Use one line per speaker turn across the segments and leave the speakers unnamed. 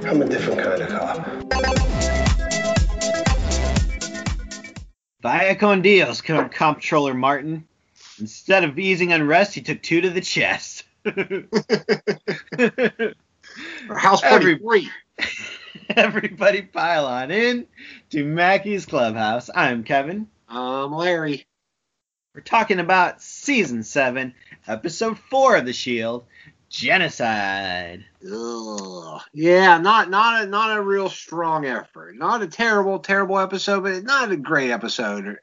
different kind of cop.
Vaya con Dios, Com- Comptroller Martin. Instead of easing unrest, he took two to the chest.
House Party
Every-
Three.
Everybody pile on in to Mackey's Clubhouse. I'm Kevin.
Um, Larry.
We're talking about Season 7, Episode 4 of The Shield, Genocide.
Ugh. Yeah, not not a not a real strong effort. Not a terrible terrible episode, but not a great episode.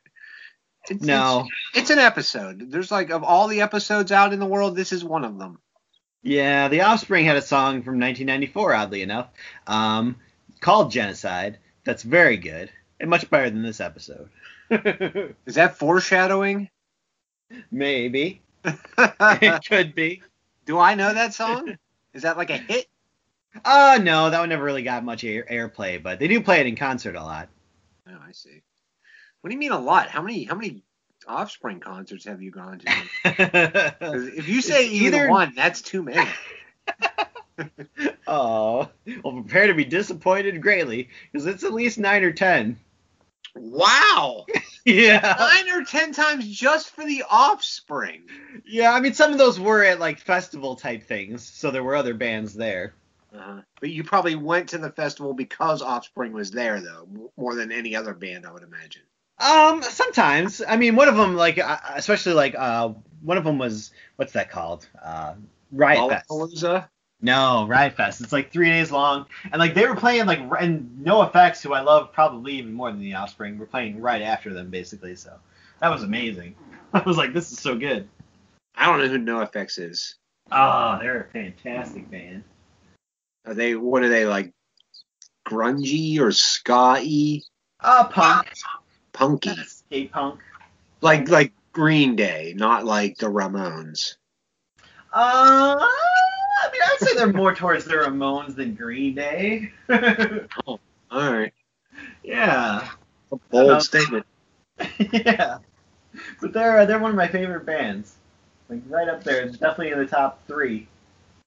It's,
No.
it's, it's an episode. There's like of all the episodes out in the world, this is one of them.
Yeah, The Offspring had a song from 1994, oddly enough, um, called Genocide. That's very good and much better than this episode.
Is that foreshadowing?
Maybe.
Do
it could be.
I know that song? Is that like a hit?
Oh, no, that one never really got much air- airplay, but they do play it in concert a lot.
Oh, I see. What do you mean a lot? How many how many Offspring concerts have you gone to? 'Cause If you say
It's
either,
either-
one, that's too many.
oh, well, prepare to be disappointed greatly because it's at least nine or ten.
Wow.
Yeah,
Nine or ten times just for the offspring.
yeah. I mean, some of those were at like festival type things, so there were other bands there.
Uh-huh. But you probably went to the festival because Offspring was there, though, m- more than any other band, I would imagine.
Um, sometimes. I mean, one of them, like uh, especially like uh, one of them was what's that called? Uh, Riot Fest.
Lollapalooza?
No, Riot Fest. It's like three days long, and like they were playing like r- and No Effects, who I love probably even more than The Offspring, were playing right after them basically. So that was amazing. I was like, this is so good.
I don't know who NoFX is.
Oh, they're a fantastic band.
Are they what are they like? Grungy or ska-y?
Uh, punk,
Punky.
kinda skate punk.
Like like Green Day, not like the Ramones.
Uh, I mean, I'd say they're more towards the Ramones than Green Day.
All right.
yeah.
A bold
About-
statement.
yeah. But they're uh, they're one of my favorite bands. Like right up there, definitely in the top three.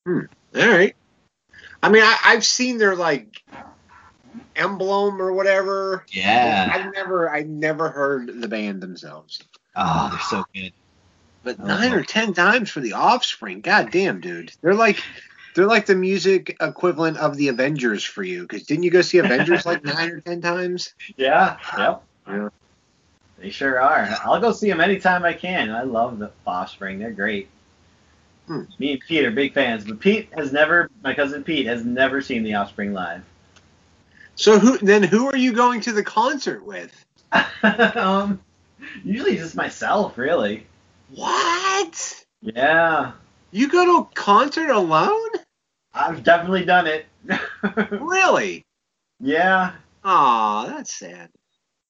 All right. I mean, I, I've seen their like emblem or whatever. I never, I never heard the band themselves.
Oh, they're so good.
But
Oh.
nine or ten times for the Offspring, goddamn, dude. They're like, they're like the music equivalent of the Avengers for you. Because didn't you go see Avengers like nine or ten times?
Yeah. Yep.
Yeah.
They sure are. I'll go see them anytime I can. I love the Offspring. They're great.
Hmm.
Me and Pete are big fans, but Pete has never, my cousin Pete has never seen the Offspring live.
So who then? Who are you going to the concert with?
um, usually just myself, really.
What?
Yeah,
You go to a concert alone?
I've definitely done it.
Really?
yeah,
Aw, that's sad.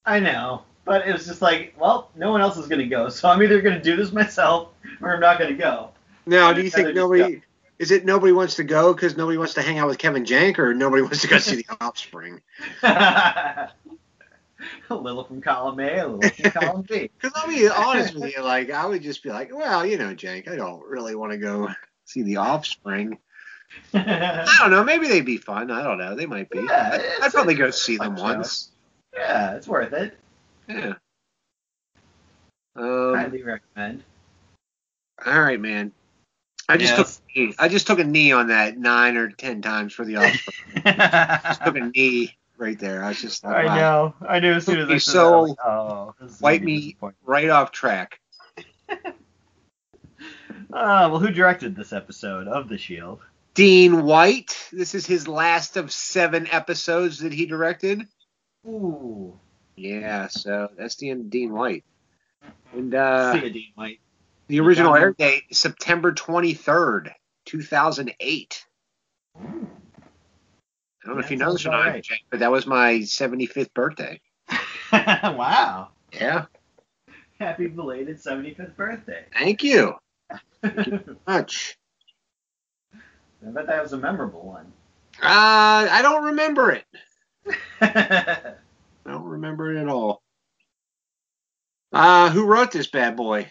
I know. But it was just like, well, no one else is going to go, so I'm either going to do this myself or I'm not going to go.
Now,
I'd
do you
rather
think
just
nobody? Is it nobody wants to go because nobody wants to hang out with Kevin Jank, or nobody wants to go see the Offspring?
a little from column A, a little from column B.
Because I'll be honest with you, like I would just be like, well, you know, Jank, I don't really want to go see the Offspring. I don't know, maybe they'd be fun. I don't know, they might be.
Yeah,
I'd
it's-
probably go see them
Fun show.
once.
yeah, it's worth it.
Yeah. Um,
Highly recommend.
all right, man. I just
Yes.
took a knee. I just took a knee on that nine or ten times for the Offspring. just took a knee right there. I was just like, wow.
know. I knew as
soon as I said
saw
that, I was
oh,
Wipe me. right off track.
Uh, well, who directed this episode of The Shield?
Dean White. This is his last of seven episodes that he directed.
Ooh,
Yeah, so that's the end of Dean White. And uh,
see ya, Dean White.
the original
Got him.
air date is September 23rd, 2008. I don't know
That
if you know this or
sounds
not,
alright.
Jake, but that was my 75th birthday.
wow,
Yeah,
happy belated 75th birthday.
thank you
I
much.
bet that was a memorable one.
Uh, I don't remember it.
Uh,
I don't remember it at all. Uh, who wrote this bad boy?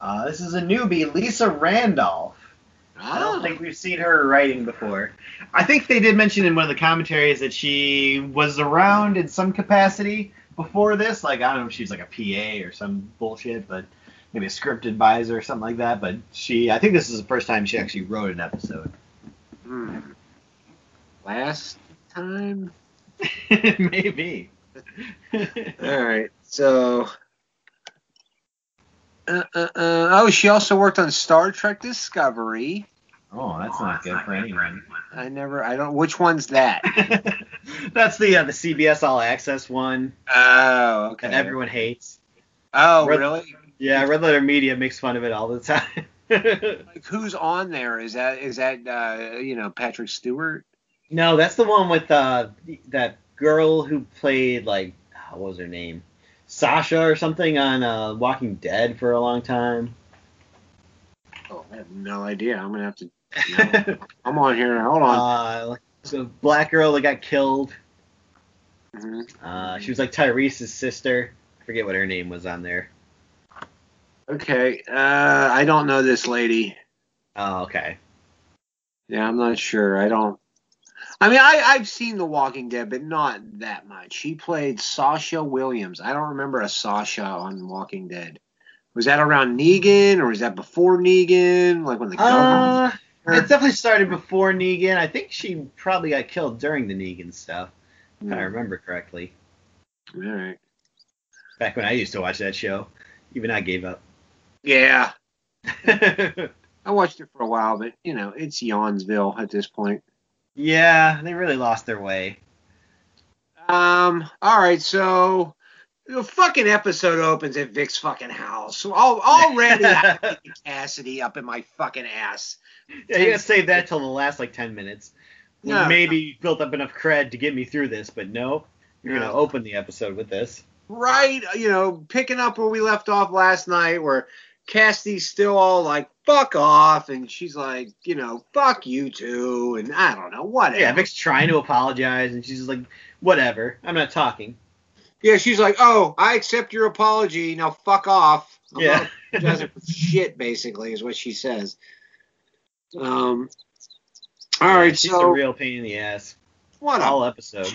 uh, this is a newbie, Lisa Randolph. I
Ah,
don't think we've seen her writing before. I think they did mention in one of the commentaries that she was around in some capacity before this. Like I don't know if she's like a PA or some bullshit, but maybe a script advisor or something like that. But she, I think this is the first time she actually wrote an episode.
Hmm. Last time.
maybe.
All right. So. Uh, uh, uh, oh, she also worked on Star Trek Discovery.
Oh, that's not good for anyone.
I never, I don't. Which one's that?
that's the uh, the CBS All Access one
Oh, okay.
that everyone hates.
oh,
Red-
really?
Yeah, Red Letter Media makes fun of it all the time.
Like, who's on there? Is that is that uh, you know Patrick Stewart?
no, that's the one with uh that girl who played like ah, what was her name? Sasha or something on uh, Walking Dead for a long time.
Oh, I have no idea. I'm gonna have to. No. I'm on here. Hold on.
uh, like, so black girl that got killed.
Mhm.
Uh, she was like Tyrese's sister. I forget what her name was on there.
Okay. Uh, I don't know this lady.
Oh, okay.
Yeah, I'm not sure. I don't. I mean, I, I've seen The Walking Dead, but not that much. He played Sasha Williams. I don't remember a Sasha on Walking Dead. Was that around Negan, or was that before Negan? Like when the government?
Uh, it definitely started before Negan. I think she probably got killed during the Negan stuff, if
Hmm.
I remember correctly.
All right.
Back when I used to watch that show, even I gave up.
Yeah,
yeah,
I watched it for a while, but you know, it's Yawnsville at this point.
they really lost their way.
Um. All right, so the fucking episode opens at Vic's fucking house. So al- already I have Cassidy up in my fucking ass.
Yeah, you gotta save that till the last like ten minutes.
No.
Maybe you built up enough cred to get me through this, but no, you're gonna
No.
open the episode with this.
right, you know, picking up where we left off last night, where Cassidy's still all like, fuck off. And she's like, you know, fuck you too. And I don't know, whatever.
Yeah, Vic's trying to apologize, and she's just like, "Whatever, I'm not talking."
Yeah, she's like, oh, I accept your apology. Now fuck off. I'm not
Yeah,
apologizing for shit, basically, is what she says. Um, all right,
she's
so
a real pain in the ass.
what a,
All episode.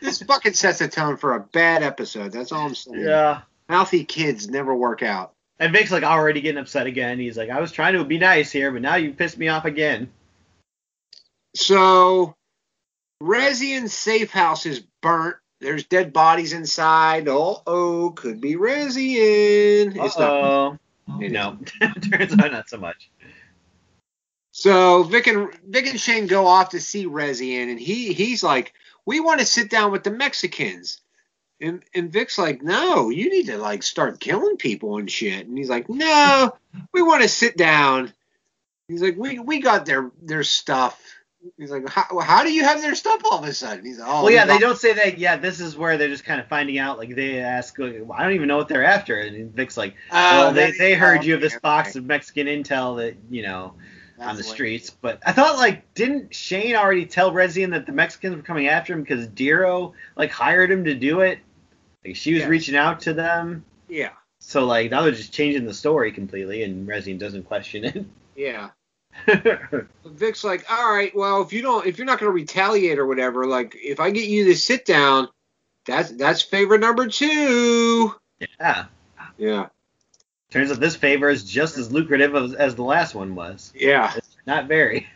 this fucking sets the tone for a bad episode. That's all I'm saying.
Yeah.
Mouthy kids never work out.
And Vic's like already getting upset again. He's like, I was trying to be nice here, but now you pissed me off again.
So, Rezian's safe house is burnt. There's dead bodies inside. Oh, oh, could be Rezian. It's not.
Oh no, turns out not so much.
So Vic and Vic and Shane go off to see Rezian, and he he's like, "We want to sit down with the Mexicans." And, and Vic's like, no, you need to like start killing people and shit. And he's like, no, we want to sit down. He's like, we we got their their stuff. He's like, how, how do you have their stuff all of a sudden? He's like, oh,
well, yeah,
we
they
got-
don't say that. Yeah, this is where they're just kind of finding out. Like they ask, like, I don't even know what they're after. And Vic's like,
Oh,
Well, they
that-
they heard you have this
okay,
box
okay.
of Mexican intel that you know on
That's
the
way-
streets. But I thought like, didn't Shane already tell Rezian that the Mexicans were coming after him because Dero like hired him to do it? Like she was
Yeah.
reaching out to them.
Yeah,
So like now they're just changing the story completely, and Resin doesn't question
yeah.
it.
Vic's like, all right, well, if you don't, if you're not gonna retaliate or whatever, like, if I get you to sit down, that's that's favor number two.
yeah.
Yeah,
Turns out this favor is just as lucrative as, as the last one was.
yeah.
Not very.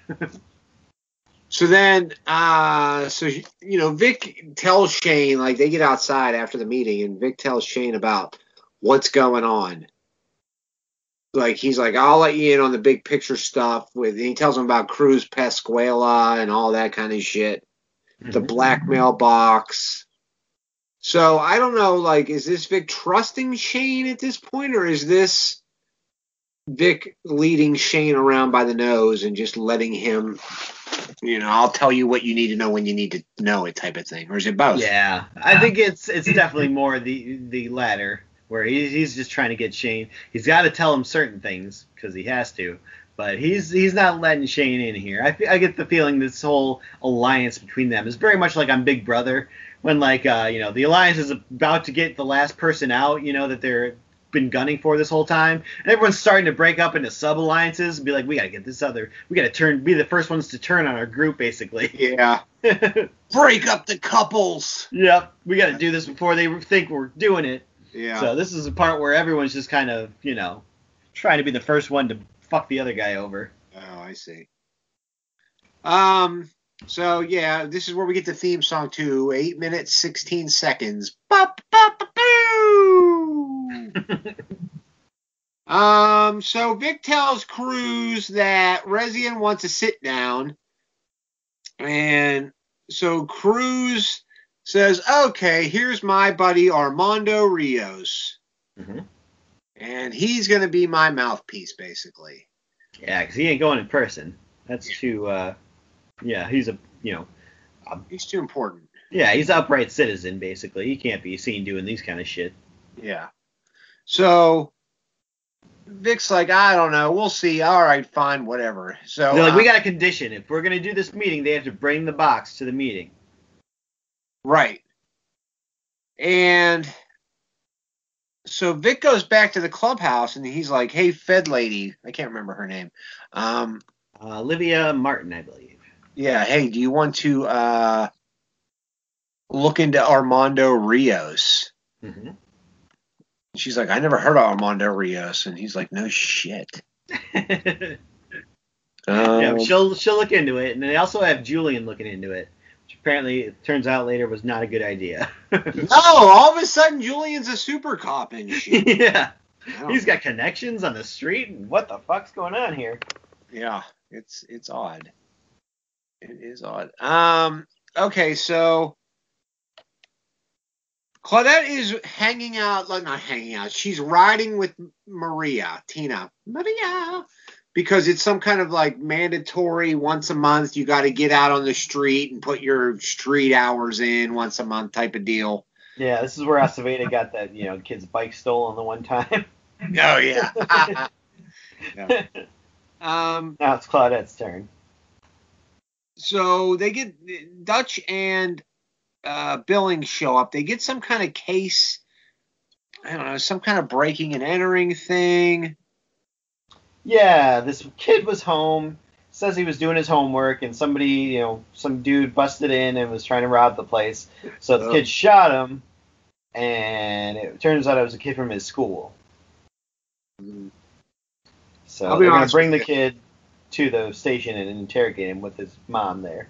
So then, uh, so you know, Vic tells Shane like they get outside after the meeting, and Vic tells Shane about what's going on. Like he's like, I'll let you in on the big picture stuff with. And he tells him about Cruz Pascuala and all that kind of shit. the blackmail box. So I don't know, like, is this Vic trusting Shane at this point, or is this Vic leading Shane around by the nose and just letting him, you know, I'll tell you what you need to know when you need to know it type of thing, or is it both?
Yeah, I think it's it's definitely more the the latter, where he's he's just trying to get Shane. He's got to tell him certain things because he has to, but he's he's not letting Shane in here. I fe- I get the feeling this whole alliance between them is very much like on Big Brother, when like uh you know the alliance is about to get the last person out, you know that they're been gunning for this whole time. And everyone's starting to break up into sub alliances and be like, we got to get this other, we got to turn, be the first ones to turn on our group, basically.
Yeah. Break up the couples.
yep, we got to do this before they think we're doing it.
Yeah.
So this is the part where everyone's just kind of, you know, trying to be the first one to fuck the other guy over.
Oh, I see. Um. So yeah, this is where we get the theme song too. Eight minutes, sixteen seconds. Bop, bop, bop, boo. um. So Vic tells Cruz that Rezian wants to sit down, and so Cruz says, "Okay, here's my buddy Armando Rios,
Mhm.
and he's gonna be my mouthpiece, basically."
Yeah, 'cause he ain't going in person. That's
Yeah.
too, uh, yeah, he's a, you know,
He's too important.
yeah, he's an upright citizen, basically. He can't be seen doing these kind of shit.
Yeah. So Vic's like, I don't know. We'll see. All right, fine, whatever. So
They're like,
uh,
we got a condition. If we're gonna do this meeting, they have to bring the box to the meeting.
right. And so Vic goes back to the clubhouse and he's like, Hey, Fed lady, I can't remember her name. Um,
Uh, Olivia Martin, I believe.
yeah, hey, do you want to uh look into Armando Rios?
Mm-hmm.
She's like, I never heard of Armando Rios, and he's like, No shit.
Mm-hmm.
Um,
yeah, she'll she'll look into it, and they also have Julian looking into it, which apparently it turns out later was not a good idea.
No, oh, all of a sudden Julian's a super cop and shit.
yeah,
I don't
he's got connections on the street. and What the fuck's going on here?
Yeah, it's it's odd. It is odd. Um. Okay, so Claudette is hanging out. Like not hanging out. She's riding with Maria, Tina, Maria, because it's some kind of like mandatory. Once a month, you got to get out on the street and put your street hours in once a month type of deal.
Yeah, this is where Aceveda got that you know kid's bike stolen the one time.
Oh yeah. Yeah. Um.
now it's Claudette's turn.
so they get Dutch and uh, Billings show up. They get some kind of case. I don't know, some kind of breaking and entering thing.
Yeah, this kid was home, says he was doing his homework, and somebody, you know, some dude busted in and was trying to rob the place. So the
Oh.
kid shot him, and it turns out it was a kid from his school. So
I'll be
they're gonna
honest
bring the
with
kid to the station and interrogate him with his mom there.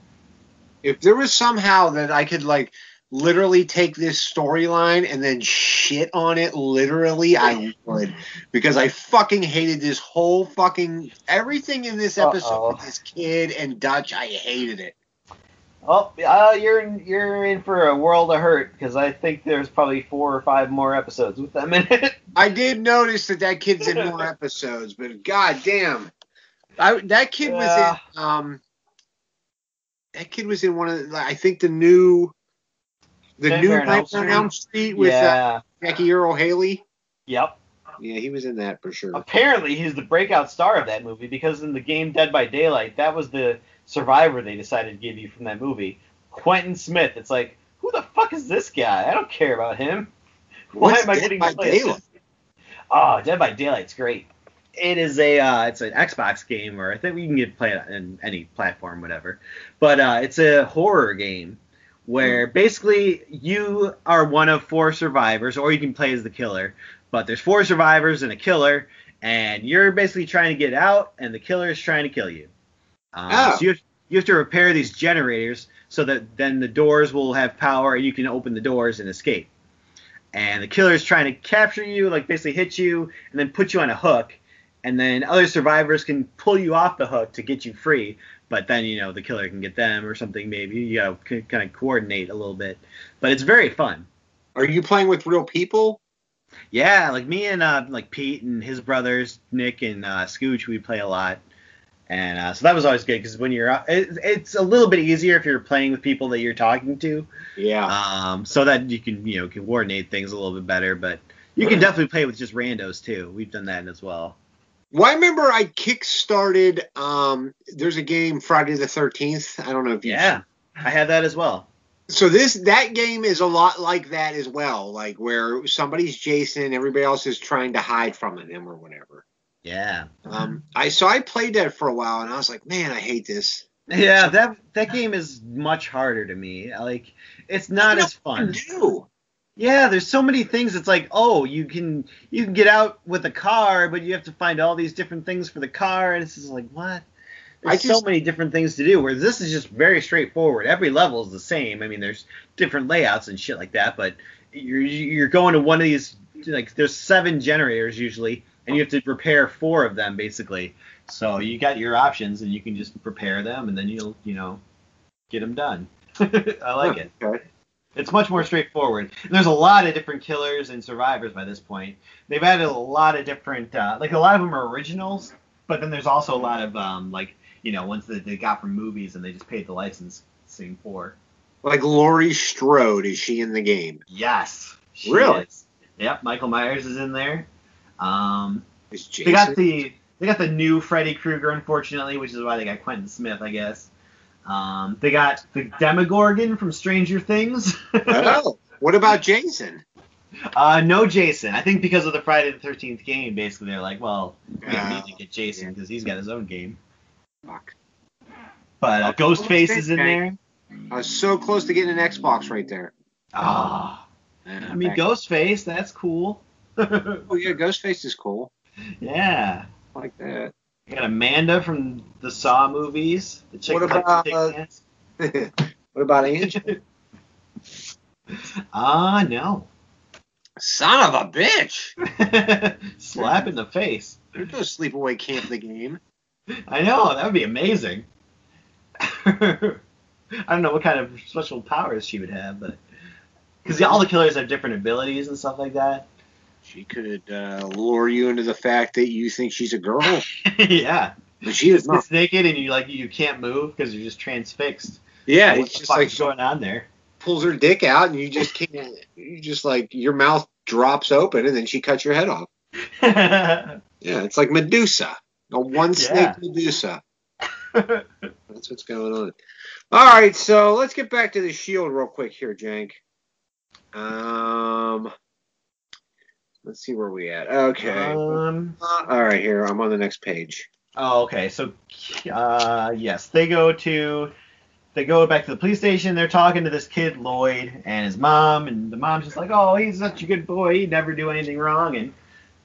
If there was somehow that I could like literally take this storyline and then shit on it, literally, I would because I fucking hated this whole fucking everything in this episode with
Uh-oh.
this kid and Dutch. I hated it.
Oh, uh, you're in- you're in for a world of hurt because I think there's probably four or five more episodes with them in it.
I did notice that that kid's in more episodes, but god damn, I, that kid was
Yeah.
in um, that kid was in one of the, like, I think the new the new
Nightmare on Elm
Nightmare on Elm Street with uh,
yeah.
Jackie Earl Haley.
Yep.
Yeah, he was in that for sure.
apparently he's the breakout star of that movie because in the game Dead by Daylight, that was the survivor they decided to give you from that movie. Quentin Smith. It's like, who the fuck is this guy? I don't care about him. Why
What's
am I
Dead
getting
by
replaced?
Daylight?
Oh, Dead by Daylight's great. It is a uh, it's an Xbox game, or I think we can get play it on any platform, whatever. But uh, it's a horror game where basically you are one of four survivors, or you can play as the killer. But there's four survivors and a killer, and you're basically trying to get out, and the killer is trying to kill you. Um,
Oh.
So you have, you have to repair these generators so that then the doors will have power, and you can open the doors and escape and the killer is trying to capture you, like basically hit you, and then put you on a hook, and then other survivors can pull you off the hook to get you free. But then you know the killer can get them or something. Maybe you know c- kind of coordinate a little bit, but it's very fun.
Are you playing with real people?
Yeah, like me and uh, like Pete and his brothers Nick and uh, Scooch, we play a lot, and uh, so that was always good because when you're out- it, it's a little bit easier if you're playing with people that you're talking to.
Yeah.
um, so that you can you know can coordinate things a little bit better. But you can definitely play with just randos too. We've done that as well.
Well, I remember I kickstarted. Um, there's a game Friday the Thirteenth. I don't know if you
Yeah, I had that as well.
So this that game is a lot like that as well, like where somebody's Jason and everybody else is trying to hide from them or whatever.
Yeah.
Um, I so I played that for a while and I was like, man, I hate this.
Yeah, that that game is much harder to me. Like it's not as fun.
Do
Yeah, there's so many things. It's like, oh, you can you can get out with a car, but you have to find all these different things for the car, and it's just like what?
I
There's so
just-
many different things to do. Whereas this is just very straightforward. Every level is the same. I mean, there's different layouts and shit like that, but you're you're going to one of these like there's seven generators usually, and you have to repair four of them basically. So you got your options, and you can just repair them, and then you'll you know get them done. I like it.
Okay.
It's much more straightforward. And there's a lot of different killers and survivors by this point. They've added a lot of different, uh, like a lot of them are originals, but then there's also a lot of um, like you know ones that they got from movies and they just paid the licensing for.
Like Laurie Strode, is she in the game?
Yes. she
Really?
is. Yep. Michael Myers is in there. Um,
Is
they
Jason?
got the they got the new Freddy Krueger, unfortunately, which is why they got Quentin Smith, I guess. Um, they got the Demogorgon from Stranger Things.
oh, what about Jason?
Uh, no Jason. I think because of the Friday the Thirteenth game, basically they're like, well, we don't
Oh,
need to get Jason because he's got his own game.
fuck.
But uh, Ghostface is in there.
I was so close to getting an Xbox right there.
Ah, I mean Ghostface, that's cool.
Oh yeah, Ghostface is cool.
yeah,
I like that.
you got Amanda from the Saw movies. The chick
What
that likes to
about,
take
uh,
naps.
what about Angel?
Ah, no,
Son of a bitch!
slap in the face.
There's no sleepaway camp the game.
I know that would be amazing. I don't know what kind of special powers she would have, but because all the killers have different abilities and stuff like that.
She could uh, lure you into the fact that you think she's a girl,
yeah,
but she is not.
it's naked and you like you can't move because you're just transfixed.
Yeah,
What
it's
the
just
fuck
like
is
she
going on there.
pulls her dick out and you just can't. You just like your mouth drops open and then she cuts your head off. Yeah, it's like Medusa, a one snake
Yeah.
Medusa. That's what's going on. All right, so let's get back to the shield real quick here, Jank. Um, let's see where we at. Okay.
um.
Uh, all right, here I'm on the next page.
Oh, okay. So, uh, yes, they go to, they go back to the police station. They're talking to this kid Lloyd and his mom, and the mom's just like, "Oh, he's such a good boy. He'd never do anything wrong." And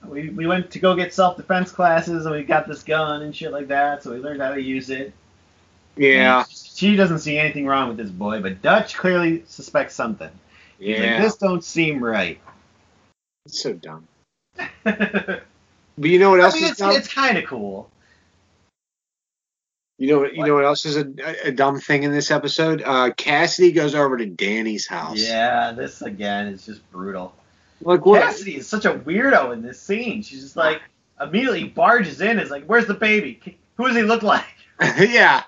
we we went to go get self defense classes, and we got this gun and shit like that. So we learned how to use it.
Yeah,
And She doesn't see anything wrong with this boy, but Dutch clearly suspects something. He's
yeah.
like, this don't seem right.
It's so dumb.
I
But you know what else
mean,
is
it's,
dumb?
it's kind of cool.
you know what? You know what else is a, a dumb thing in this episode? Uh, Cassidy goes over to Danny's house.
Yeah, this again is just brutal.
Like what?
Cassidy is such a weirdo in this scene. She's just like immediately barges in, is like, "Where's the baby? Who does he look like?"
yeah.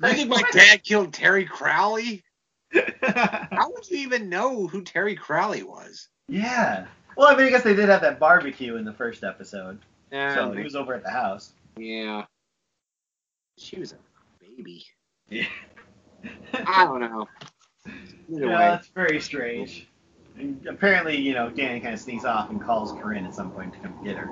You think my dad killed Terry Crowley? How would you even know who Terry Crowley was?
yeah. Well, I mean, I guess they did have that barbecue in the first episode, so he was over at the house.
Yeah. She was a baby.
Yeah,
I don't know. Either way.
that's very strange. And apparently, you know, Dan kind of sneaks off and calls Corinne at some point to come get her.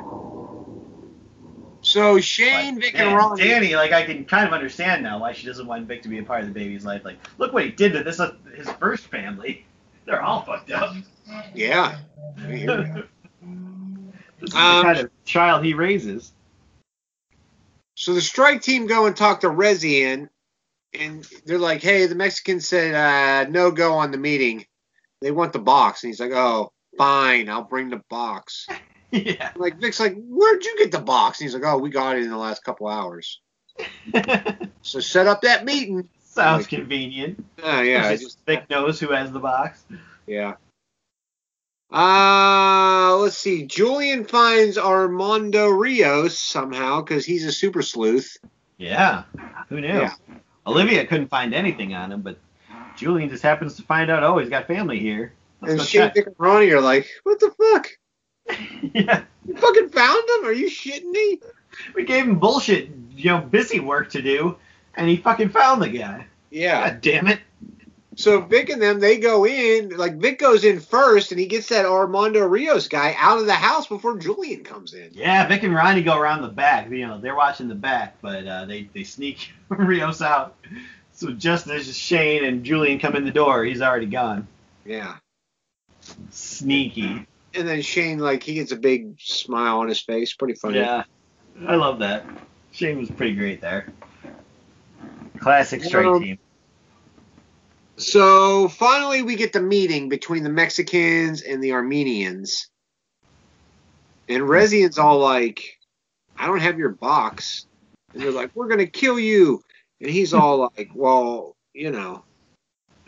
So Shane,
Like,
Vic,
man,
and Ron.
Danny, like I can kind of understand now why she doesn't want Vic to be a part of the baby's life. Like, look what he did to this uh, his first family. They're all fucked up.
Yeah.
this
Here we go.
is the
Um,
kind of child he raises.
So the strike team go and talk to Resi and and they're like, hey, the Mexican said uh, no go on the meeting. They want the box. And he's like, oh, fine, I'll bring the box.
yeah.
Like Vic's like, where'd you get the box? And he's like, oh, we got it in the last couple hours. So set up that meeting.
Sounds
Like-
convenient.
Oh yeah, I
It's
just
just Vic knows who has the box.
Yeah. Uh, let's see. Julian finds Armando Rios somehow because he's a super sleuth.
Yeah. Who knew?
Yeah.
Olivia couldn't find anything on him, but Julian just happens to find out, oh, he's got family here. Let's
and
go
Shane,
check.
Dick, and Ronnie are like, what the fuck?
yeah.
You fucking found him? Are you shitting me?
We gave him bullshit, you know, busy work to do, and he fucking found the guy.
Yeah.
God damn it.
So Vic and them, they go in. Like Vic goes in first, and he gets that Armando Rios guy out of the house before Julian comes in.
Yeah, Vic and Ronnie go around the back. You know, they're watching the back, but uh, they they sneak Rios out. So just as Shane and Julian come in the door, he's already gone.
Yeah.
Sneaky.
And then Shane, like, he gets a big smile on his face. Pretty funny.
Yeah, I love that. Shane was pretty great there. Classic strike
Um,
team.
So finally, we get the meeting between the Mexicans and the Armenians. And Rezian's all like, I don't have your box. And they're like, we're going to kill you. And he's all like, well, you know.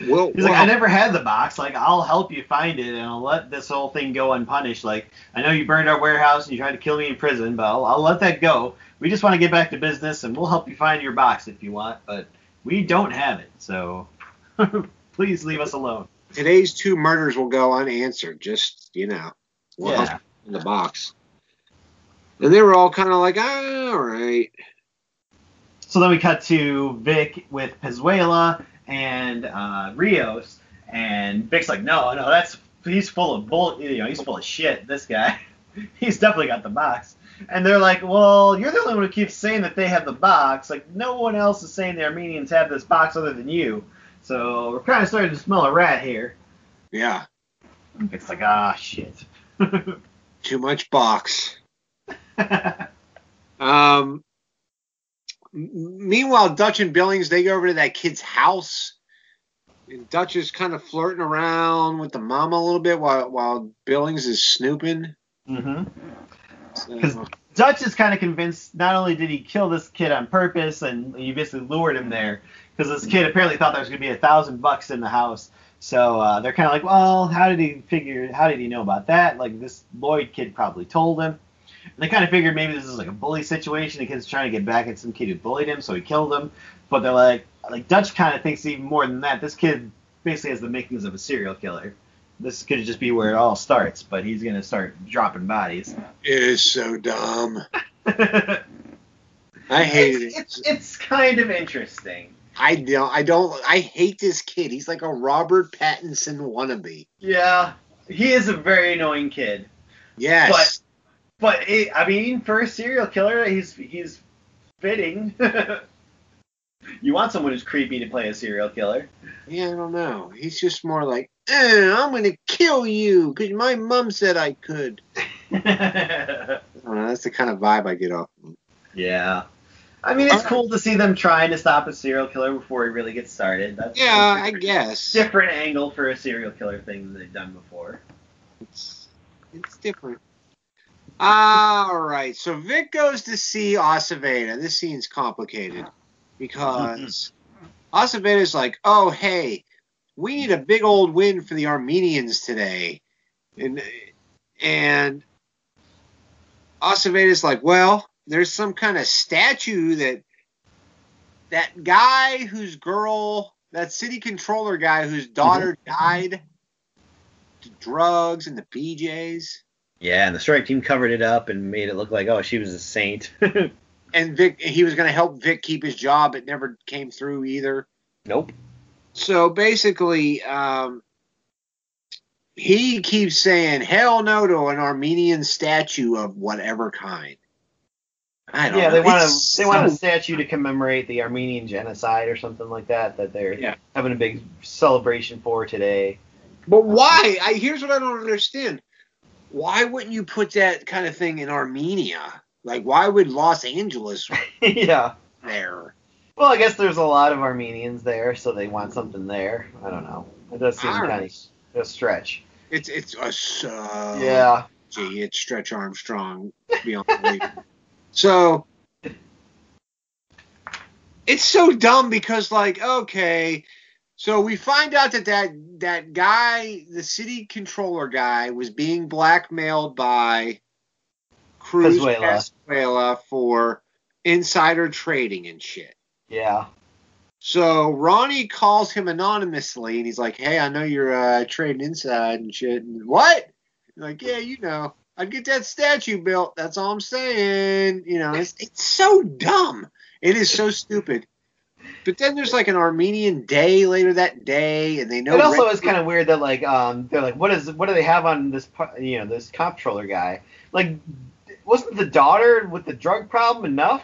We'll,
He's like, I never had the box. Like, I'll help you find it, and I'll let this whole thing go unpunished. Like, I know you burned our warehouse and you tried to kill me in prison, but I'll, I'll let that go. We just want to get back to business, and we'll help you find your box if you want, but we don't have it, so please leave us alone.
today's two murders will go unanswered. Just you know, we'll
Yeah.
hunt in the box. And they were all kind of like, "Ah, all right,
So then we cut to Vic with Pezuela and uh, Rios, and Vic's like, no, no, that's he's full of bull, you know, he's full of shit. This guy, he's definitely got the box. And they're like, well, you're the only one who keeps saying that they have the box. Like, no one else is saying the Armenians have this box other than you. So we're kind of starting to smell a rat here.
yeah,
And Vic's like, ah, shit.
too much box. Um, m- meanwhile, Dutch and Billings they go over to that kid's house, and Dutch is kind of flirting around with the mom a little bit while while Billings is snooping.
hmm
So,
'Cause- Dutch is kind of convinced not only did he kill this kid on purpose and he basically lured him there because this kid apparently thought there was going to be a thousand bucks in the house. So uh, they're kind of like, well, how did he figure? How did he know about that? Like this Lloyd kid probably told him. And they kind of figured maybe this is like a bully situation. The kid's trying to get back at some kid who bullied him, so he killed him. But they're like, like Dutch kind of thinks even more than that. This kid basically has the makings of a serial killer. This could just be where it all starts, but he's going to start dropping bodies.
it is so dumb. I hated
it's,
it.
it's, it's kind of interesting.
I don't. I don't. I hate this kid. He's like a Robert Pattinson wannabe.
Yeah, he is a very annoying kid,
Yes.
but it, I mean, for a serial killer, he's he's fitting. you want someone who's creepy to play a serial killer.
yeah, I don't know. He's just more like, eh, I'm gonna kill you because my mom said I could. I don't know, that's the kind of vibe I get off. him.
yeah. I mean, it's
Alright.
cool to see them trying to stop a serial killer before he really gets started. That's
Yeah,
that's
I
a
guess.
Different angle for a serial killer thing than they've done before.
It's, it's different. All right. So Vic goes to see Aceveda. This scene's complicated because Aceveda's like, oh, hey, we need a big old win for the Armenians today. And, and Aceveda's like, well, there's some kind of statue that that guy whose girl, that city controller guy whose daughter died to drugs and the BJs.
Yeah, and the strike team covered it up and made it look like, oh, she was a saint.
And Vic, he was going to help Vic keep his job. It never came through either.
nope.
So basically, um, he keeps saying hell no to an Armenian statue of whatever kind. I don't
Yeah,
know.
they want
It's
a they want a
so-
statue to commemorate the Armenian genocide or something like that that they're
Yeah.
having a big celebration for today.
But why? I here's what I don't understand. Why wouldn't you put that kind of thing in Armenia? Like, why would Los Angeles
yeah.
there?
Well, I guess there's a lot of Armenians there, so they want something there. I don't know. It does seem
Arms.
kind of a stretch.
It's it's a so
yeah.
Gee, it's Stretch Armstrong beyond belief. So it's so dumb because like okay, so we find out that that that guy, the city controller guy, was being blackmailed by Cruz
Pezuela.
Venezuela for insider trading and shit.
Yeah.
So Ronnie calls him anonymously, and he's like, "Hey, I know you're uh, trading inside and shit." And what? He's like, yeah, you know, I'd get that statue built. That's all I'm saying. You know, it's it's so dumb. It is so stupid. But then there's like an Armenian day later that day, and they know.
it also
Red-
is kind of weird that like um they're like what is what do they have on this par- you know this comptroller guy like wasn't the daughter with the drug problem enough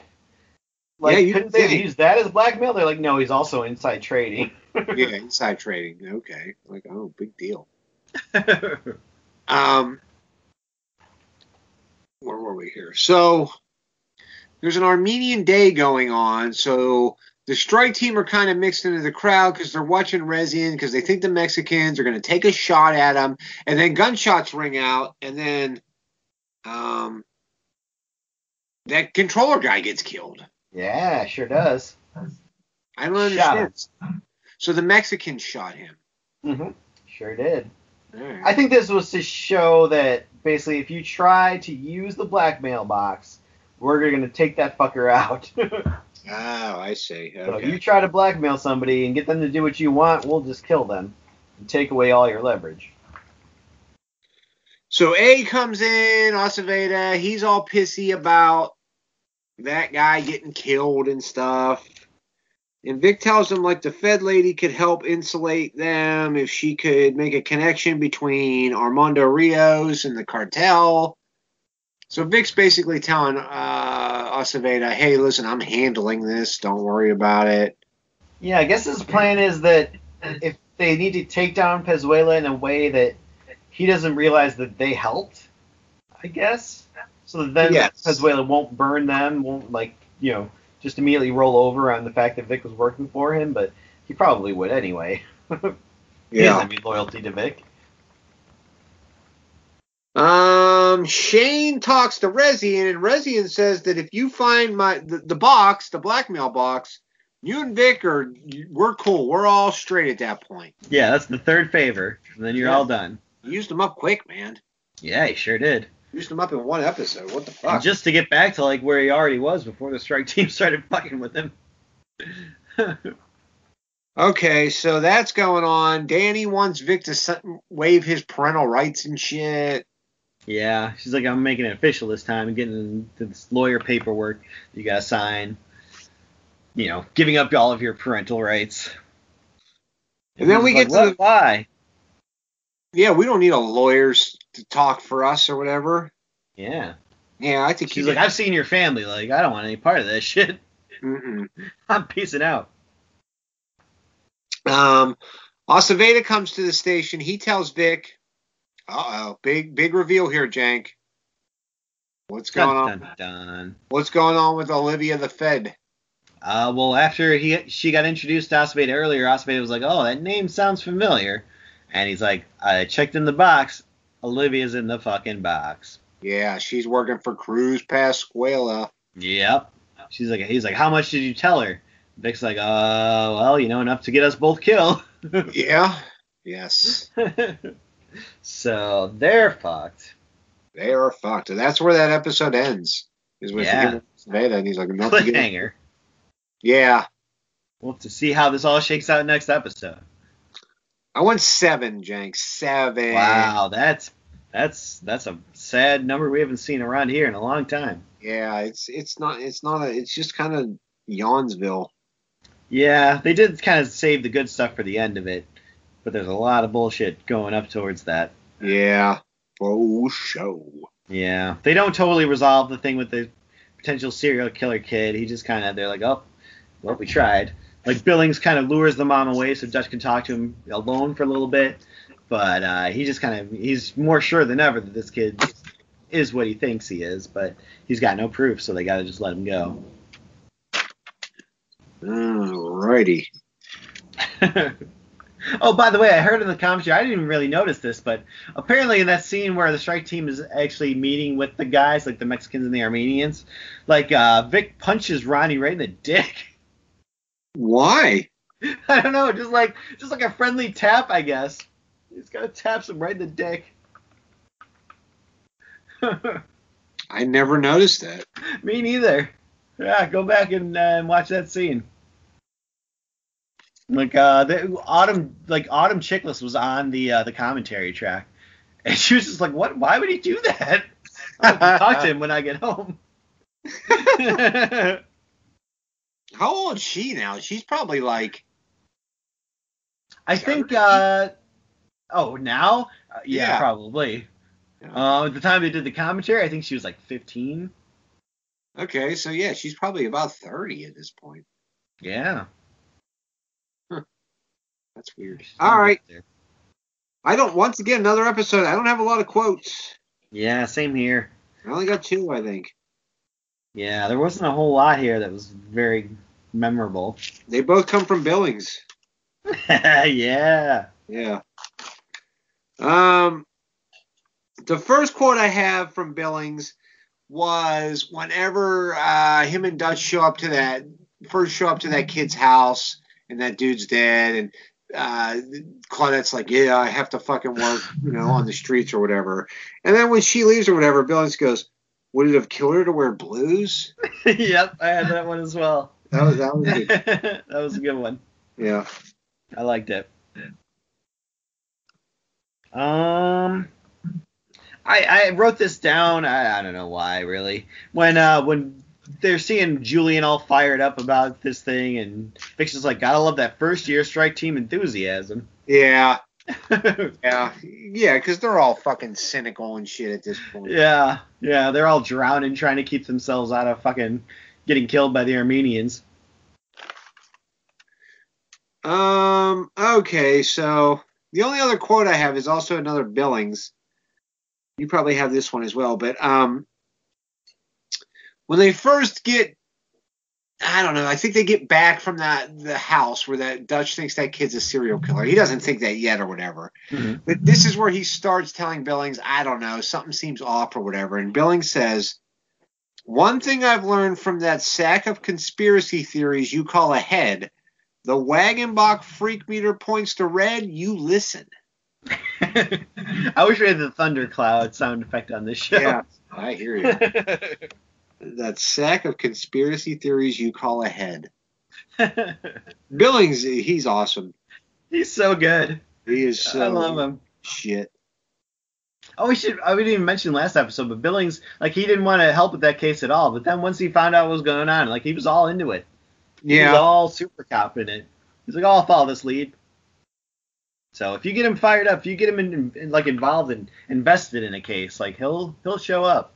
like
Yeah, you'd
couldn't they have
think.
used that as blackmail they're like no he's also inside trading
yeah, inside trading. Okay, like oh, big deal. Um, where were we here? So there's an Armenian day going on. So the strike team are kind of mixed into the crowd because they're watching Rezian because they think the Mexicans are going to take a shot at him, and then gunshots ring out, and then um, that controller guy gets killed.
yeah sure does
I don't
Shot him.
understand. So the Mexicans shot him.
hmm sure did
All right.
I think this was to show that basically if you try to use the blackmail box, we're gonna take that fucker out.
oh, I see.
so if
Okay.
you try to blackmail somebody and get them to do what you want, we'll just kill them and take away all your leverage.
So A comes in, Aceveda, he's all pissy about that guy getting killed and stuff. And Vic tells him like the Fed lady could help insulate them if she could make a connection between Armando Rios and the cartel. So Vic's basically telling uh, Aceveda, hey, listen, I'm handling this. Don't worry about it.
Yeah, I guess his plan is that if they need to take down Pezuela in a way that he doesn't realize that they helped, I guess. So that then
Yes.
Pezuela won't burn them, won't like, you know, just immediately roll over on the fact that Vic was working for him, but he probably would anyway. He doesn't have any loyalty to Vic.
Um, Shane talks to Rezian, and Rezian says that if you find my the, the box, the blackmail box, you and Vic are we're cool. We're all straight at that point.
yeah, that's the third favor, and then you're all done.
You used them up quick, man.
Yeah, he sure did.
Used them up in one episode. What the
And
fuck?
just to get back to like where he already was before the strike team started fucking with him.
Okay, so that's going on. Danny wants Vic to sen- waive his parental rights and shit.
yeah, she's like, I'm making it official this time and getting this lawyer paperwork you gotta sign. You know, giving up all of your parental rights.
And then
he's
we
like,
get to
"What? why?
Yeah, we don't need a lawyers to talk for us or whatever.
Yeah.
Yeah, I think
She's
he's
like, I've seen your family. Like, I don't want any part of that shit.
Mm-mm.
I'm peacing out.
Um, Aceveda comes to the station. He tells Vic, "Uh oh, big big reveal here, Jank. What's going on?
Dun, dun, dun.
What's going on with Olivia the Fed?
Uh, well, after he she got introduced to Osbade earlier, Osbade was like, "Oh, that name sounds familiar," and he's like, "I checked in the box. Olivia's in the fucking box."
Yeah, she's working for Cruz Pascuala.
Yep. She's like, he's like, "How much did you tell her?" Vic's like, "Uh, well, you know, enough to get us both killed."
Yeah, yes,
so they're fucked.
they are fucked. And that's where that episode ends. Is with
Yeah.
yeah. Aceveda, and he's like, "Not to get-
Cliffhanger.
yeah."
We'll have to see how this all shakes out next episode.
I went seven, Jank. Seven.
Wow, that's that's that's a sad number we haven't seen around here in a long time.
Yeah, it's it's not it's not a it's just kind of Yawnsville.
Yeah, they did kind of save the good stuff for the end of it, but there's a lot of bullshit going up towards that.
Yeah, for show.
Yeah, they don't totally resolve the thing with the potential serial killer kid. He just kind of they're like, oh, well, we tried. Like Billings kind of lures the mom away so Dutch can talk to him alone for a little bit, but uh, he just kind of he's more sure than ever that this kid is what he thinks he is, but he's got no proof, so they gotta just let him go.
Alrighty.
oh, by the way, I heard in the commentary, I didn't even really notice this, but apparently in that scene where the strike team is actually meeting with the guys, like the Mexicans and the Armenians, like uh, Vic punches Ronnie right in the dick.
Why?
I don't know, just like just like a friendly tap, I guess. He's gotta tap him right in the dick.
I never noticed that.
Me neither. Yeah, go back and, uh, and watch that scene. Like uh, the, Autumn, like Autumn Chickless was on the uh, the commentary track, and she was just like, "What? Why would he do that?" I'll talk to him when I get home.
How old is she now? She's probably like
I think. Uh, oh, now? Uh, yeah,
Yeah.
probably.
Yeah.
Uh, at the time they did the commentary, I think she was like 15.
okay, so yeah, she's probably about thirty at this point.
Yeah.
That's weird. All right. I don't once again another episode. I don't have a lot of quotes.
Yeah, same here.
I only got two, I think.
Yeah, there wasn't a whole lot here that was very memorable.
They both come from Billings.
yeah.
Yeah. Um, the first quote I have from Billings was whenever uh, him and Dutch show up to that first show up to that kid's house and that dude's dead and uh, Claudette's like, yeah, I have to fucking work, you know, on the streets or whatever. And then when she leaves or whatever, Billings goes, would it have killed her to wear blues?
yep, I had that one as well.
That was that was good.
that was a good one.
yeah.
I liked it. Um, I I wrote this down. I, I don't know why really. When uh when they're seeing Julian all fired up about this thing, and Fiction's like, gotta love that first year strike team enthusiasm.
Yeah.
yeah,
Yeah. Yeah, because they're all fucking cynical and shit at this point.
yeah, they're all drowning trying to keep themselves out of fucking getting killed by the Armenians.
Um. Okay. So the only other quote I have is also another Billings. You probably have this one as well, but um, when they first get, I don't know. I think they get back from that the house where that Dutch thinks that kid's a serial killer. He doesn't think that yet, or whatever.
Mhm.
But this is where he starts telling Billings, I don't know, something seems off or whatever. And Billings says, one thing I've learned from that sack of conspiracy theories you call a head the Wagenbach freak meter points to red. You listen.
I wish we had the thundercloud sound effect on this show.
I hear you. that sack of conspiracy theories you call ahead. Billings, he's awesome.
He's so good.
He is so
I love him.
shit.
Oh, we should. I we didn't even mention last episode, but Billings, like, he didn't want to help with that case at all. But then once he found out what was going on, like, he was all into it. He was
Yeah.
all super confident. He's like, oh, I'll follow this lead. So if you get him fired up, if you get him in, in, like involved and invested in a case, like he'll he'll show up.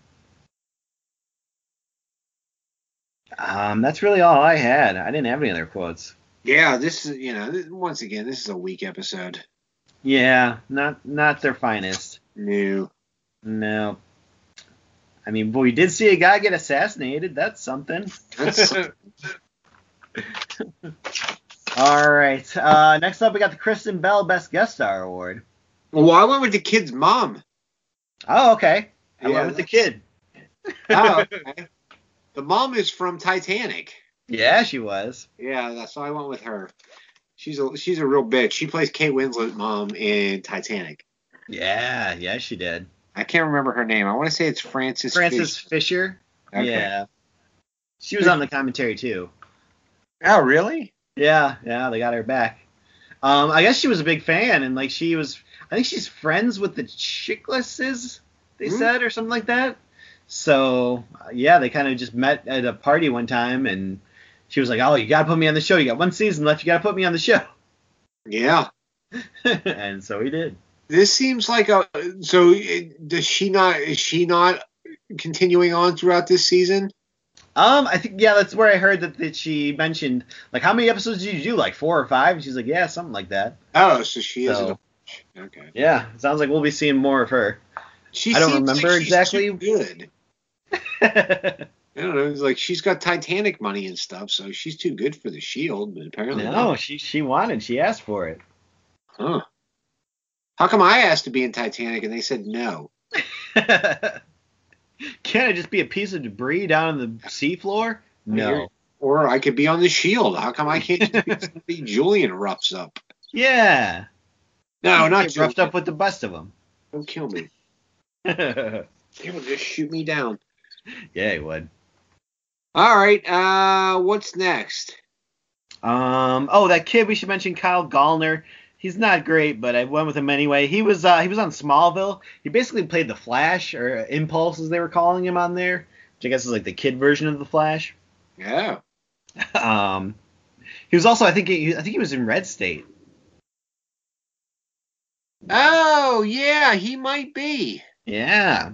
Um, that's really all I had. I didn't have any other quotes.
Yeah, this is, you know, th- once again, this is a weak episode.
Yeah, not not their finest.
No.
No. I mean, but we did see a guy get assassinated. That's something.
That's,
All right. Uh, next up, we got the Kristen Bell Best Guest Star Award.
well, I went with the kid's mom.
Oh, okay. I
Yeah,
went with the kid.
Oh, okay. the mom is from Titanic.
Yeah, she was.
Yeah, that's why I went with her. She's a she's a real bitch. She plays Kate Winslet mom in Titanic.
Yeah, yeah, she did.
I can't remember her name. I want to say it's Frances.
Frances
Fish.
Fisher.
Okay.
Yeah. She was on the commentary too.
Oh, really?
Yeah, yeah, they got her back. Um, I guess she was a big fan, and like she was, I think she's friends with the Chicklesses, they
Hmm.
said, or something like that. So uh, yeah, they kind of just met at a party one time, and she was like, "Oh, you gotta put me on the show. You got one season left. You gotta put me on the show."
Yeah.
and so he did.
This seems like a. So it- does she not? Is she not continuing on throughout this season?
Um, I think yeah, that's where I heard that, that she mentioned like how many episodes did you do? Like four or five? And she's like, yeah, something like that.
Oh, so she is.
So-
a- okay.
Yeah, sounds like we'll be seeing more of her.
She
I don't
seems
remember
she's
exactly.
too Good. I don't know. It's like she's got Titanic money and stuff, so she's too good for the Shield. But apparently,
no,
not.
she she wanted, she asked for it.
Huh. How come I asked to be in Titanic and they said no?
Can't it just be a piece of debris down on the seafloor? No.
Or I could be on the Shield. How come I can't just be Julian erupts up?
Yeah.
No, not
Get roughed
Julian.
up with the bust of them.
Don't kill me.
yeah,
They will just shoot me down.
he would.
All right. Uh, what's next?
Um. Oh, that kid we should mention, Kyle Gallner. He's not great, but I went with him anyway. He was uh, he was on Smallville. He basically played the Flash or Impulse as they were calling him on there, which I guess is like the kid version of the Flash.
Yeah.
Um, he was also, I think, he, I think he was in Red State.
Oh yeah, he might be.
Yeah.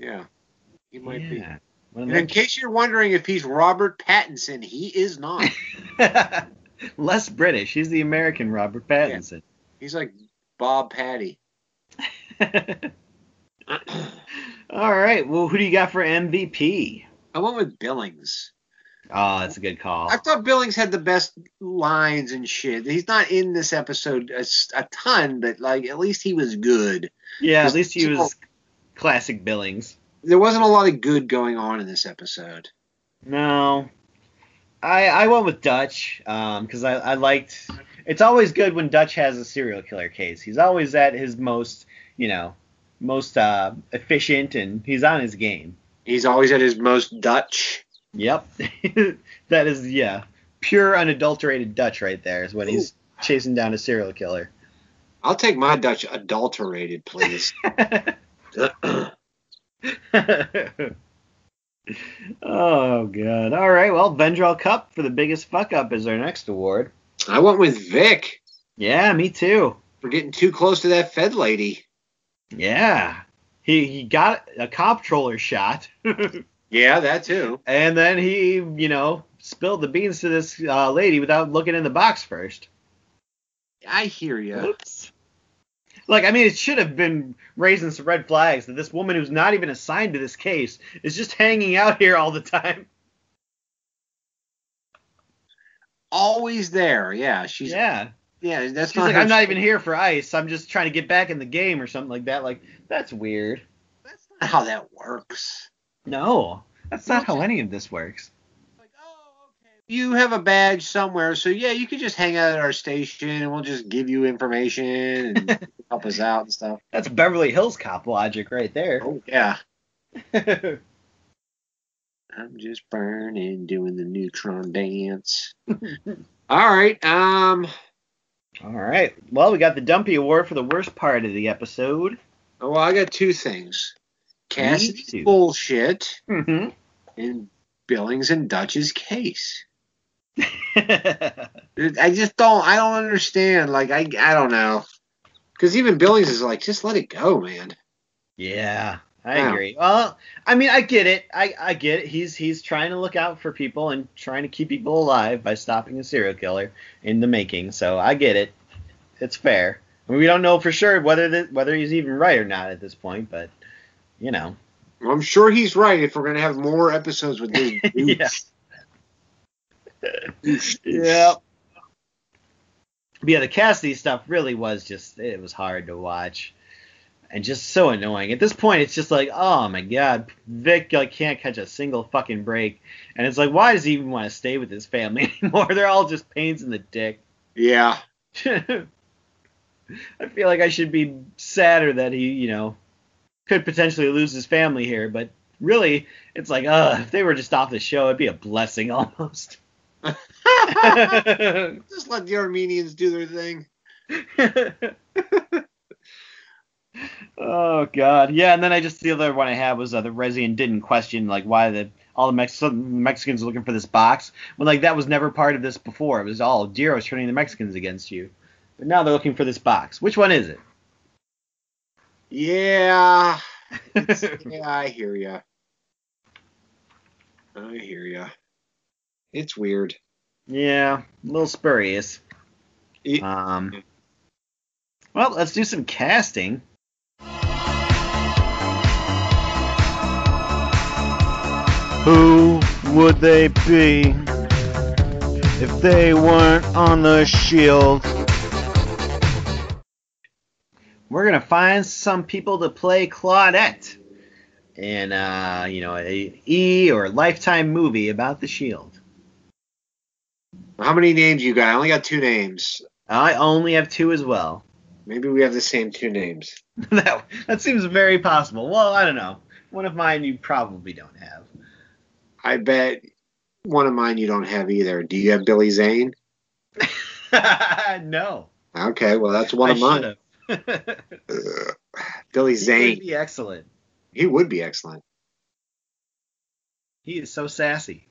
Yeah, he might be.
yeah. One of
And in case you're wondering if he's Robert Pattinson, he is not.
the- Less British. He's the American Robert Pattinson.
He's like Bob Patty.
All right. Well, who do you got for MVP?
I went with Billings.
Oh, that's a good call.
I thought Billings had the best lines and shit. He's not in this episode a, s- a ton, but like at least he was good.
Yeah, at
Just-
least he was classic Billings.
There wasn't a lot of good going on in this episode.
No, I I went with Dutch because I I liked. It's always good when Dutch has a serial killer case. He's always at his most you know most uh, efficient and he's on his game.
He's always at his most Dutch.
Yep, that is yeah pure unadulterated Dutch right there is when he's chasing down a serial killer.
I'll take my Dutch adulterated, please.
oh god. All right. Well, Vendrell Cup for the biggest fuck up is our next award.
I went with Vic
Yeah, me too.
for getting too close to that Fed lady.
Yeah. He he got a comptroller shot
Yeah, that too.
and then he, you know, spilled the beans to this uh, lady without looking in the box first.
I hear you.
Oops. Like, I mean, it should have been raising some red flags that this woman who's not even assigned to this case is just hanging out here all the time.
Always there. Yeah, she's. Yeah,
yeah.
that's
She's
not.
like,
her
I'm not
sh-
even here for ice. I'm just trying to get back in the game or something like that. Like, that's weird.
That's not how that works.
No, that's not how any of this works.
Like, oh, okay. You have a badge somewhere, so yeah, you could just hang out at our station, and we'll just give you information and help us out and stuff.
That's Beverly Hills cop logic right there.
Oh yeah. I'm just burning, doing the neutron dance. All right. Um.
All right. Well, we got the Dumpy Award for the worst part of the episode.
Oh, well, I got two things. Cassidy's
too.
bullshit
Mm-hmm.
and Billings and Dutch's case. I just don't. I don't understand. Like I. I don't know. Because even Billings is like, just let it go, man.
yeah, I
Wow.
agree. Well, I mean, I get it. I, I get it. He's he's trying to look out for people and trying to keep people alive by stopping a serial killer in the making. So I get it. It's fair. I mean, we don't know for sure whether the, whether he's even right or not at this point, but you know.
Well, I'm sure he's right. If we're gonna have more episodes with this, douche.
Yeah.
Douche, douche.
But yeah, the Cassidy stuff really was just it was hard to watch. And just so annoying. At this point it's just like, oh my god, Vic like can't catch a single fucking break. And it's like, why does he even want to stay with his family anymore? They're all just pains in the dick.
Yeah.
I feel like I should be sadder that he, you know, could potentially lose his family here, but really it's like, uh, if they were just off the show, it'd be a blessing almost.
just let the Armenians do their thing.
oh god, yeah. And then I just the other one I had was uh, the Resident didn't question like why the all the Mex- some Mexicans are looking for this box when like that was never part of this before. It was all Dero turning the Mexicans against you, but now they're looking for this box. Which one is
Yeah.
it?
yeah, I hear ya. I hear ya. It's weird.
yeah, a little spurious.
Ye-
Um. Well, let's do some casting.
Who would they be if they weren't on the shield?
we're gonna find some people to play Claudette in uh, you know a E or Lifetime movie about the Shield.
How many names you got? I only got two names.
I only have two as well.
Maybe we have the same two names.
that that seems very possible. Well, I don't know. One of mine you probably don't have.
I bet one of mine you don't have either. Do you have Billy Zane?
no,
Okay, well that's one
I
of mine.
should've.
Billy
he
Zane.
would be excellent.
He would be excellent.
He is so sassy.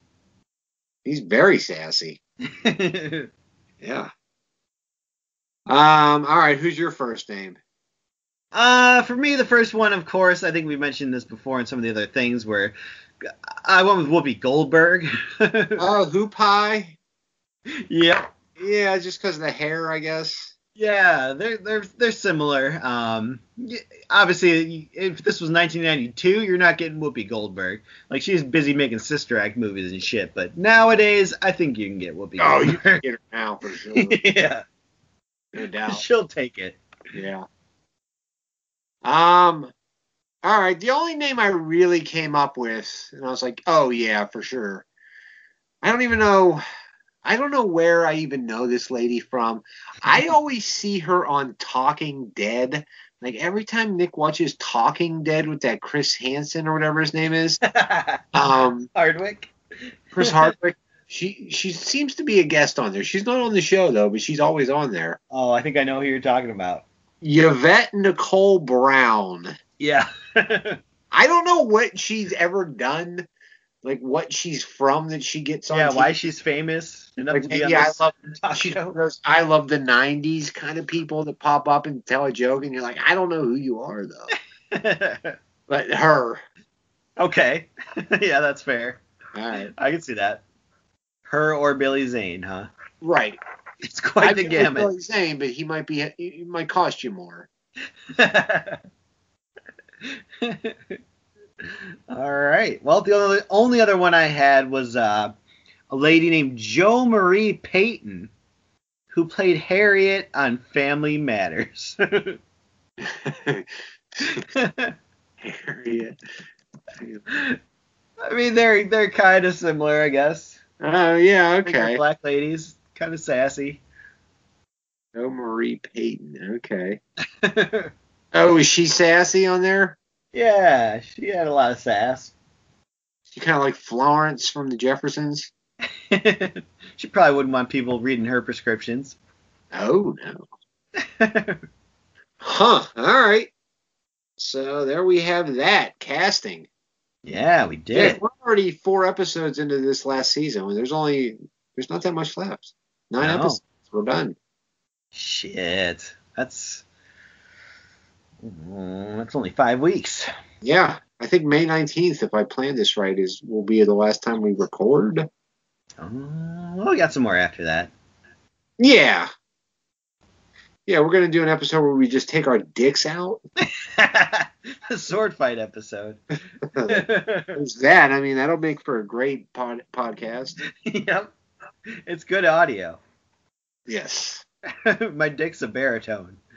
He's very sassy. Yeah. Um. All right. Who's your first name?
Uh, for me, the first one, of course, I think we mentioned this before in some of the other things where uh, I went with Whoopi Goldberg.
Oh, Hoop High.
yeah,
Yeah, just because of the hair, I guess.
yeah, they're they're they're similar. Um, y- obviously, if this was 1992, you're not getting Whoopi Goldberg. Like she's busy making sister act movies and shit. But nowadays, I think you can get Whoopi.
Oh, you can
Goldberg.
get her now for sure.
yeah,
No doubt.
she'll take it.
Yeah. Um. All right. The only name I really came up with, and I was like, oh yeah, for sure. I don't even know. I don't know where I even know this lady from. I always see her on Talking Dead. Like every time Nick watches Talking Dead with that Chris Hansen or whatever his name is, um,
Hardwick.
Chris Hardwick. She she seems to be a guest on there. She's not on the show though, but she's always on there.
Oh, I think I know who you're talking about.
Yvette Nicole Brown.
Yeah.
I don't know what she's ever done, like what she's from that she gets on.
yeah,
TV.
why she's famous enough
Like,
to be on
yeah,
this
I love
talk
she's
show.
one of those I love the '90s kind of people that pop up and tell a joke, and you're like, I don't know who you are though. but her,
okay. yeah, that's fair.
all right,
I can see that. Her or Billy Zane, huh?
right?
It's quite the
I
gamut.
Really saying, but he might be, he might cost you more.
All right. Well, the only, only other one I had was uh, a lady named Jo Marie Peyton, who played Harriet on Family Matters.
Harriet.
I mean, they're they're kind of similar, I guess.
Oh yeah,
Bigger
okay.
Black ladies, kind of sassy.
Oh, Marie Payton. Okay. Oh, is she sassy on there?
yeah, she had a lot of sass.
She kind of like Florence from the Jeffersons.
she probably wouldn't want people reading her prescriptions.
Oh no. Huh. All right. So there we have that casting.
yeah, we
Yeah.
did.
we're already four episodes into this last season. When there's only there's not that much left. Nine
No.
episodes. We're done.
Shit, that's Mm, that's only five weeks.
Yeah. I think May nineteenth, if I plan this right, is will be the last time we record.
Oh, well, we got some more after that.
Yeah. Yeah, we're gonna do an episode where we just take our dicks out.
the sword fight episode.
There's that. I mean, that'll make for a great pod- podcast.
yep, it's good audio.
Yes.
My dick's a baritone.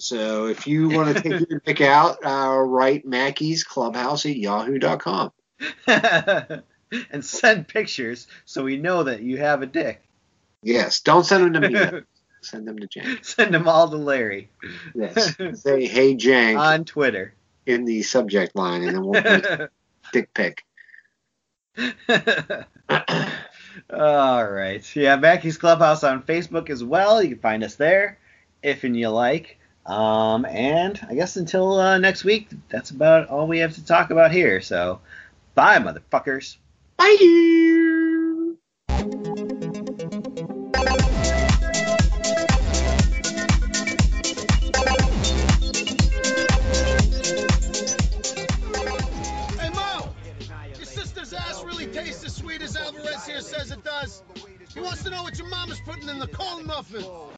So if you want to take your pick out, uh, write Mackey's Clubhouse at yahoo.com.
and send pictures so we know that you have a dick.
Yes, don't send them to me. send them to Jank.
send them all to Larry
Yes. Say, hey, Jank
on Twitter.
in the subject line, and then we'll put dick pic.
all right. Yeah, Mackey's Clubhouse on Facebook as well. You can find us there if and you like. Um, and I guess until uh, next week, that's about all we have to talk about here. So, bye, motherfuckers.
Bye.